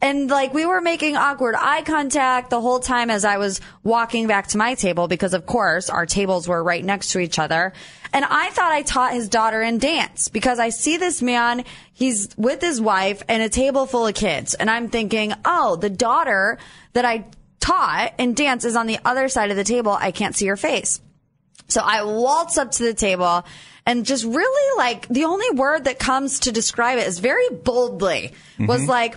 S3: And like we were making awkward eye contact the whole time as I was walking back to my table because of course our tables were right next to each other. And I thought I taught his daughter in dance because I see this man, he's with his wife and a table full of kids. And I'm thinking, oh, the daughter that I taught in dance is on the other side of the table. I can't see her face. So I waltz up to the table and just really like the only word that comes to describe it is very boldly was
S20: Mhm.
S3: like,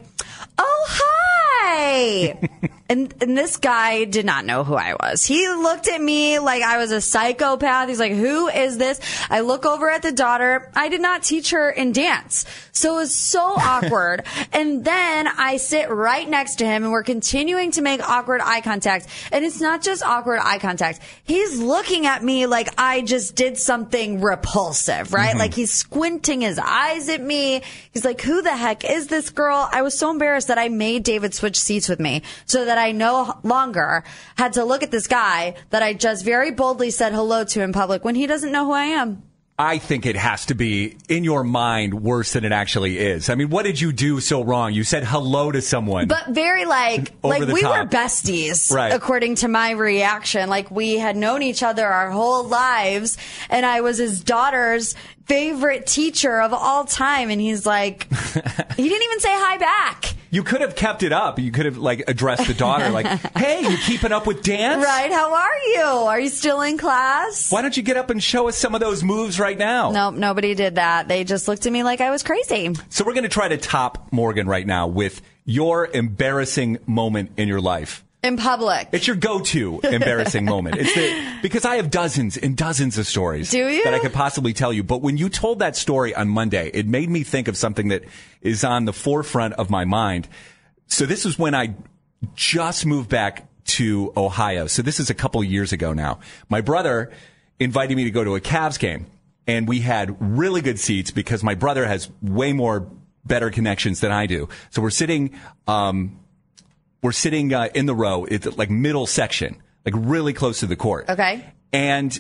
S3: oh, hi. And, and this guy did not know who I was. He looked at me like I was a psychopath. He's like, who is this? I look over at the daughter. I did not teach her in dance. So it was so awkward. and then I sit right next to him and we're continuing to make awkward eye contact. And it's not just awkward eye contact. He's looking at me like I just did something repulsive, right?
S20: Mhm.
S3: Like he's squinting his eyes at me. He's like, who the heck is this girl? I was so embarrassed that I made David switch seats with me so that I no longer had to look at this guy that I just very boldly said hello to in public when he doesn't know who I am.
S2: I think it has to be in your mind worse than it actually is. I mean, what did you do so wrong? You said hello to someone.
S3: But very like
S2: Over
S3: like
S2: the
S3: we
S2: top.
S3: were besties,
S2: Right.
S3: according to my reaction. Like we had known each other our whole lives, and I was his daughter's favorite teacher of all time. And he's like, he didn't even say hi back.
S2: you could have kept it up. You could have like addressed the daughter like, "Hey, you keeping up with dance?
S3: Right? How are you? Are you still in class?
S2: Why don't you get up and show us some of those moves right now?"
S3: Nope, nobody did that. They just looked at me like I was crazy.
S2: So we're going to try to top Morgan right now with your embarrassing moment in your life.
S3: In public.
S2: It's your go-to embarrassing moment. It's the, because I have dozens and dozens of stories
S3: Do you?
S2: that I could possibly tell you. But when you told that story on Monday, it made me think of something that is on the forefront of my mind. So this is when I just moved back to Ohio. So this is a couple years ago now. My brother invited me to go to a Cavs game and we had really good seats because my brother has way more better connections than I do. So we're sitting, um, we're sitting uh, in the row, it's like middle section, like really close to the court.
S3: Okay.
S2: And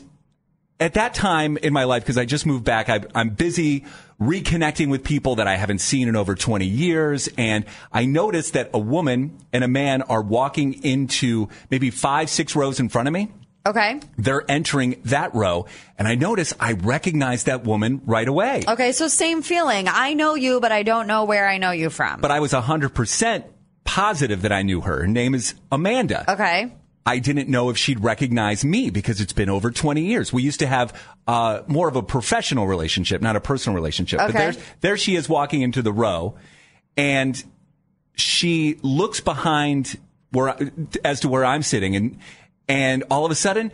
S2: at that time in my life, because I just moved back, I, I'm busy reconnecting with people that I haven't seen in over 20 years. And I noticed that a woman and a man are walking into maybe five, six rows in front of me.
S3: Okay.
S2: They're entering that row. And I notice I recognize that woman right away.
S3: Okay, so same feeling. I know you, but I don't know where I know you from.
S2: But I was 100% positive that I knew her. Her name is Amanda.
S3: Okay.
S2: I didn't know if she'd recognize me because it's been over 20 years. We used to have uh, more of a professional relationship, not a personal relationship. But
S4: Okay.
S2: there's, there she is walking into the row, and she looks behind where I- as to where I'm sitting, and and all of a sudden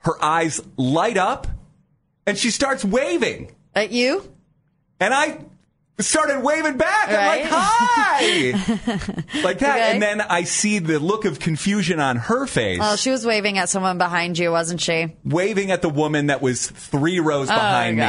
S2: her eyes light up, and she starts waving
S3: at you,
S2: and I started waving back. I'm like,
S3: Right.
S2: hi, like that,
S3: Okay. Uh,
S2: and then I see the look of confusion on her face
S3: Well, she was waving at someone behind you, wasn't she?
S2: waving at the woman that was three rows
S3: Oh,
S2: behind me.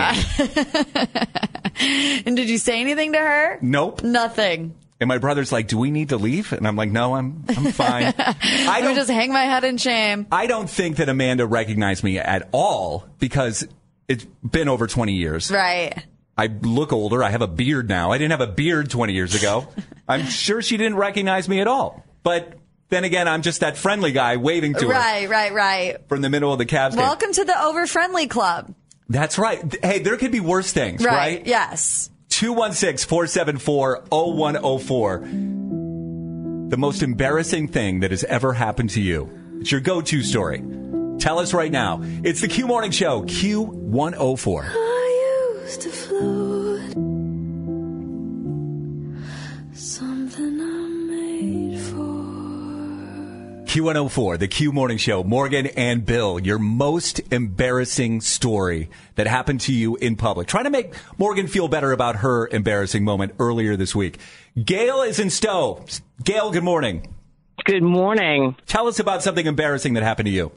S3: And did you say anything to her?
S2: Nope.
S3: Nothing.
S2: And my brother's like, "Do we need to leave?" And I'm like, "No, I'm I'm fine." I
S3: Let me
S2: don't
S3: just hang my head in shame.
S2: I don't think that Amanda recognized me at all because it's been over 20 years.
S3: Right.
S2: I look older. I have a beard now. I didn't have a beard 20 years ago. I'm sure she didn't recognize me at all. But then again, I'm just that friendly guy waving to her
S3: Right, right, right.
S2: from the middle of the Cavs game.
S3: Welcome to the over friendly club.
S2: That's right. Th- Hey, there could be worse things,
S3: Right.
S2: right?
S3: Yes.
S2: 216 474 0104. The most embarrassing thing that has ever happened to you. It's your go to story. Tell us right now. It's the Q oh Morning Show, Q104.
S1: used to float. Something I'm made for.
S2: Q104, the Q Morning Show. Morgan and Bill, your most embarrassing story that happened to you in public. Trying to make Morgan feel better about her embarrassing moment earlier this week. Gail is in Stowe. Gail, good morning.
S21: Good morning.
S2: Tell us about something embarrassing that happened to you.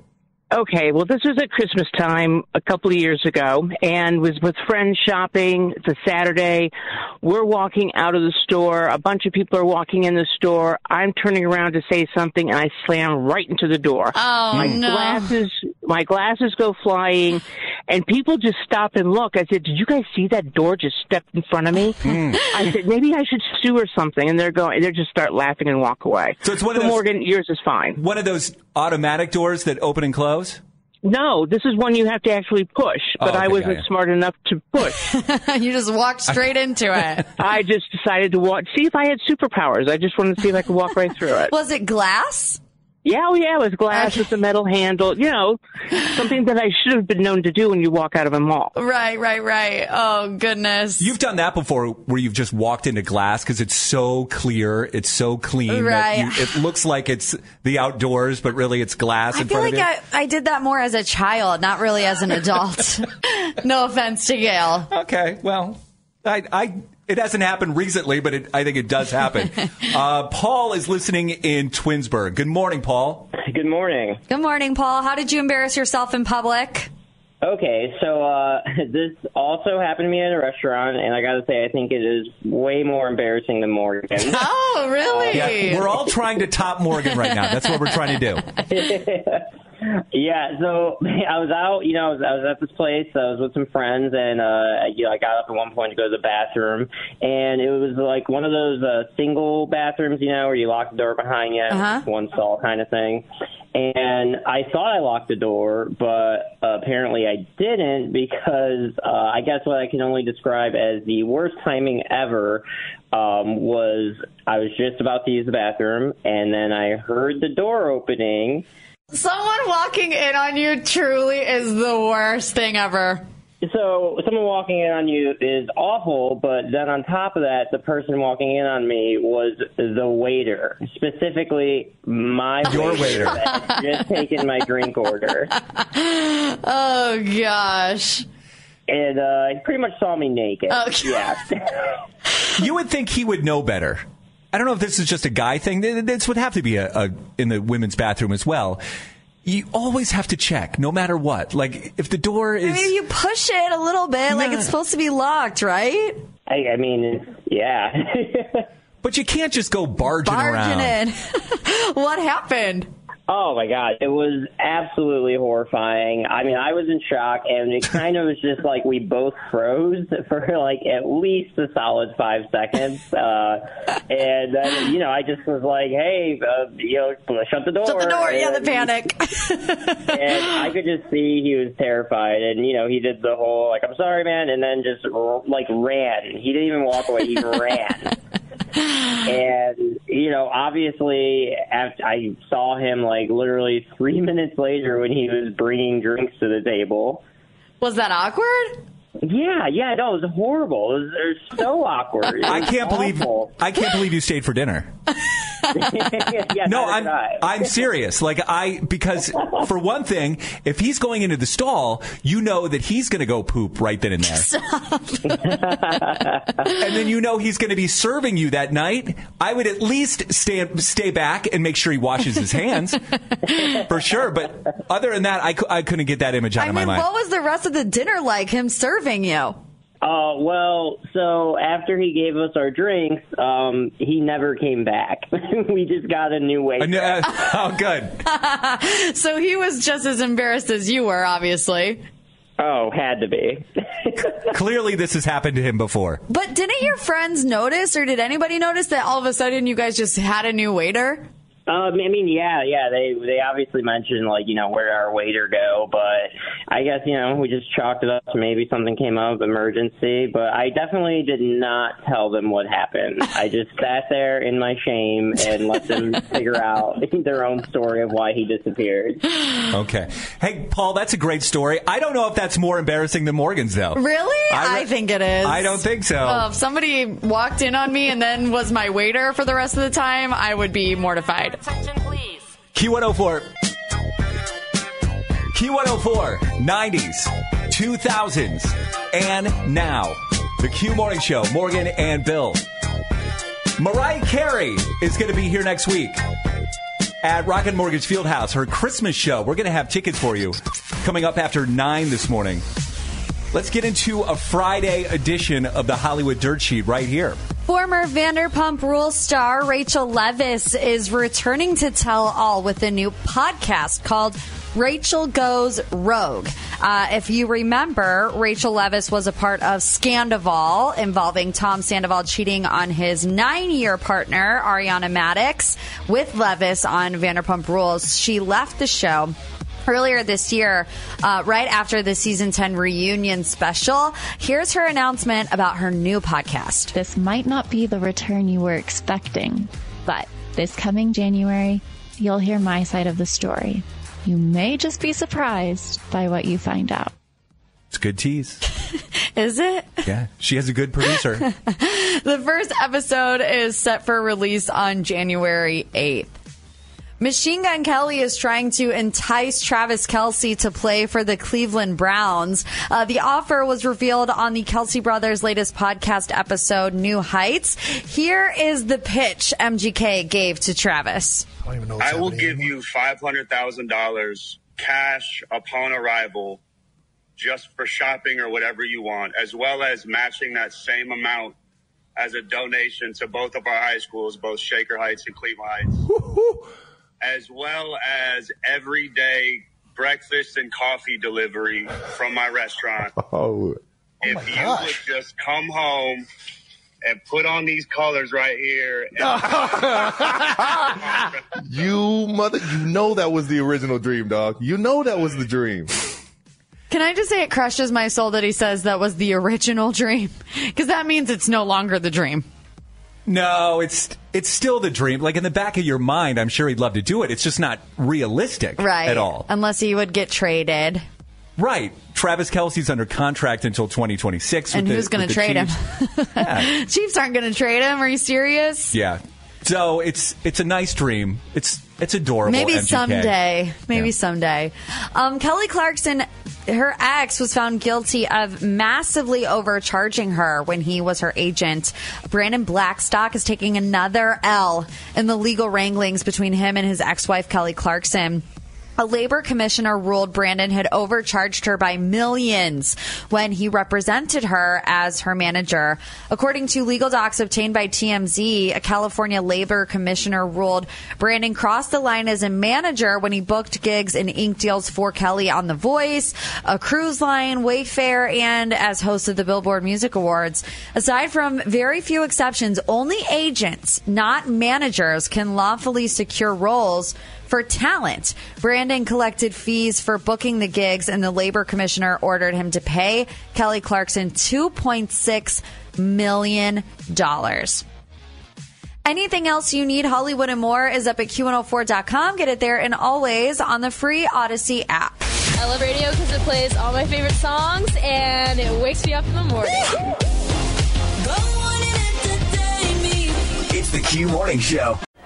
S21: Okay, well, this was at Christmas time a couple of years ago, and was with friends shopping. It's a Saturday. We're walking out of the store. A bunch of people are walking in the store. I'm turning around to say something, and I slam right into the door.
S1: Oh,
S21: my
S1: no.
S21: glasses, my glasses go flying, and people just stop and look. I said, "Did you guys see that door just stepped in front of me?"
S2: Hmm.
S21: I said, "Maybe I should sue or something." And they're going, they just start laughing and walk away.
S2: So it's one of those-
S21: Morgan. Yours is fine.
S2: One of those automatic doors that open and close?
S21: No, this is one you have to actually push, but
S2: Oh, okay,
S21: I wasn't
S2: got ya.
S21: smart enough to push.
S3: you just walked straight into it.
S21: I just decided to walk, see if I had superpowers. I just wanted to see if I could walk right through it.
S3: Was it glass?
S21: Yeah, oh yeah, with glass with a metal handle. You know, something that I should have been known to do when you walk out of a mall.
S3: Right, right, right. Oh, goodness.
S2: You've done that before where you've just walked into glass because it's so clear, it's so clean.
S3: Right.
S2: That you, it looks like it's the outdoors, but really it's glass
S3: I
S2: in
S3: feel
S2: front
S3: like
S2: of you.
S3: I, I did that more as a child, not really as an adult. no offense to Gail.
S2: Okay, well, I, I, it hasn't happened recently, but it, I think it does happen. uh, Paul is listening in Twinsburg. Good morning, Paul.
S20: Good morning.
S3: Good morning, Paul. How did you embarrass yourself in public?
S20: Okay, so uh, this also happened to me at a restaurant, and I gotta say, I think it is way more embarrassing than Morgan.
S3: Oh, really?
S2: Yeah, we're all trying to top Morgan right now. That's what we're trying to do.
S20: yeah, so I was out, you know, I was, I was at this place, I was with some friends, and uh, you know, I got up at one point to go to the bathroom, and it was like one of those uh, single bathrooms, you know, where you lock the door behind you,
S4: Uh-huh.
S20: one stall kind of thing. And I thought I locked the door, but apparently I didn't because uh, I guess what I can only describe as the worst timing ever um, was I was just about to use the bathroom, and then I heard the door opening.
S3: Someone walking in on you truly is the worst thing ever.
S20: So someone walking in on you is awful, but then on top of that, the person walking in on me was the waiter, specifically my
S2: Your waiter.
S20: that had just taken my drink order.
S3: Oh gosh!
S20: And uh, he pretty much saw me naked.
S3: Okay.
S20: Yeah.
S2: You would think he would know better. I don't know if this is just a guy thing. Th- th- This would have to be a, a in the women's bathroom as well. You always have to check, no matter what. Like if the door
S3: I
S2: is
S3: mean, you push it a little bit, like it's supposed to be locked, right?
S20: I, I mean, yeah.
S2: but you can't just go barging,
S3: Barging
S2: around.
S3: in. what happened?
S20: Oh my god, it was absolutely horrifying. I mean, I was in shock, and it kind of was just like we both froze for like at least a solid five seconds. Uh, and then, you know, I just was like, "Hey, uh, you know, shut the door."
S3: Shut the door. Yeah,
S20: And-
S3: the panic.
S20: and I could just see he was terrified, and you know, he did the whole like, "I'm sorry, man," and then just r- like ran. He didn't even walk away; he ran. And you know, obviously, after I saw him like literally three minutes later when he was bringing drinks to the table.
S3: Was that awkward?
S20: Yeah, yeah, no, it was horrible. It was, it was so awkward. It
S2: I
S20: was
S2: can't believe
S20: awful.
S2: I can't believe you stayed for dinner. no, I'm I'm serious. Like I because for one thing, if he's going into the stall, you know that he's going to go poop right then and there. and then you know he's going to be serving you that night. I would at least stay stay back and make sure he washes his hands for sure. But other than that, I, cou- I couldn't get that image out of my mind.
S3: What was the rest of the dinner like? Him serving you?
S20: Uh, well, so after he gave us our drinks, um, he never came back. we just got a new waiter.
S2: oh, good.
S3: so he was just as embarrassed as you were, obviously.
S20: Oh, had to be.
S2: Clearly, this has happened to him before.
S3: But didn't your friends notice, or did anybody notice that all of a sudden you guys just had a new waiter?
S20: Um, I mean, yeah, yeah. They they obviously mentioned like you know where our waiter go, but I guess you know we just chalked it up to maybe something came up emergency. But I definitely did not tell them what happened. I just sat there in my shame and let them figure out their own story of why he disappeared.
S2: Okay. Hey, Paul, that's a great story. I don't know if that's more embarrassing than Morgan's, though.
S3: Really?
S2: Oh. I
S3: I,
S2: re-
S3: think it is.
S2: I don't think so.
S3: Oh, if somebody walked in on me and then was my waiter for the rest of the time, I would be mortified.
S2: Q104. Q104, 90s, 2000s, and now. The Q Morning Show, Morgan and Bill. Mariah Carey is going to be here next week at Rocket Mortgage Fieldhouse, her Christmas show. We're going to have tickets for you coming up after 9 this morning. Let's get into a Friday edition of the Hollywood Dirt Sheet right here.
S3: Former Vanderpump Rules star Rachel Levis is returning to Tell All with a new podcast called Rachel Goes Rogue. Uh, if you remember, Rachel Levis was a part of Scandival involving Tom Sandoval cheating on his nine year partner, Ariana Maddox, with Levis on Vanderpump Rules. She left the show earlier this year, uh, right after the season 10 reunion special. Here's her announcement about her new podcast.
S8: This might not be the return you were expecting, but this coming January, you'll hear my side of the story. You may just be surprised by what you find out.
S2: It's a good tease.
S3: Is it?
S2: Yeah. She has a good producer.
S3: The first episode is set for release on January 8th. Machine Gun Kelly is trying to entice Travis Kelsey to play for the Cleveland Browns. Uh, the offer was revealed on the Kelsey Brothers' latest podcast episode, New Heights. Here is the pitch MGK gave to Travis.
S9: I will give you five hundred thousand dollars cash upon arrival, just for shopping or whatever you want, as well as matching that same amount as a donation to both of our high schools, both Shaker Heights and Cleveland Heights, as well as everyday breakfast and coffee delivery from my restaurant.
S10: Oh,
S9: if you would just come home and put on these colors right here. and-
S10: you mother! You know that was the original dream, dog. You know that was the dream.
S3: Can I just say it crushes my soul that he says that was the original dream? Because that means it's no longer the dream.
S2: no, it's it's still the dream. Like in the back of your mind, I'm sure he'd love to do it. It's just not realistic
S3: Right.
S2: at all.
S3: Unless he would get traded.
S2: Right. Travis Kelsey's under contract until 2026.
S3: and
S2: with the-
S3: who's going
S2: with
S3: to
S2: the
S3: trade
S2: Chiefs.
S3: him? Chiefs aren't going to trade him. Are you serious?
S2: Yeah. So it's it's a nice dream. It's it's adorable.
S3: Maybe
S2: MGK.
S3: someday. Maybe someday. Um, Kelly Clarkson, her ex, was found guilty of massively overcharging her when he was her agent. Brandon Blackstock is taking another L in the legal wranglings between him and his ex wife, Kelly Clarkson. A labor commissioner ruled Brandon had overcharged her by millions when he represented her as her manager. According to legal docs obtained by TMZ, a California labor commissioner ruled Brandon crossed the line as a manager when he booked gigs and ink deals for Kelly on The Voice, a cruise line, Wayfair, and as host of the Billboard Music Awards. Aside from very few exceptions, only agents, not managers, can lawfully secure roles for talent. Brandon collected fees for booking the gigs, and the labor commissioner ordered him to pay Kelly Clarkson $2.6 million. Anything else you need, Hollywood and more, is up at Q104.com. Get it there and always on the free Odyssey app.
S4: I love radio because it plays all my favorite songs and it wakes me up in the morning.
S6: It's the Q Morning Show.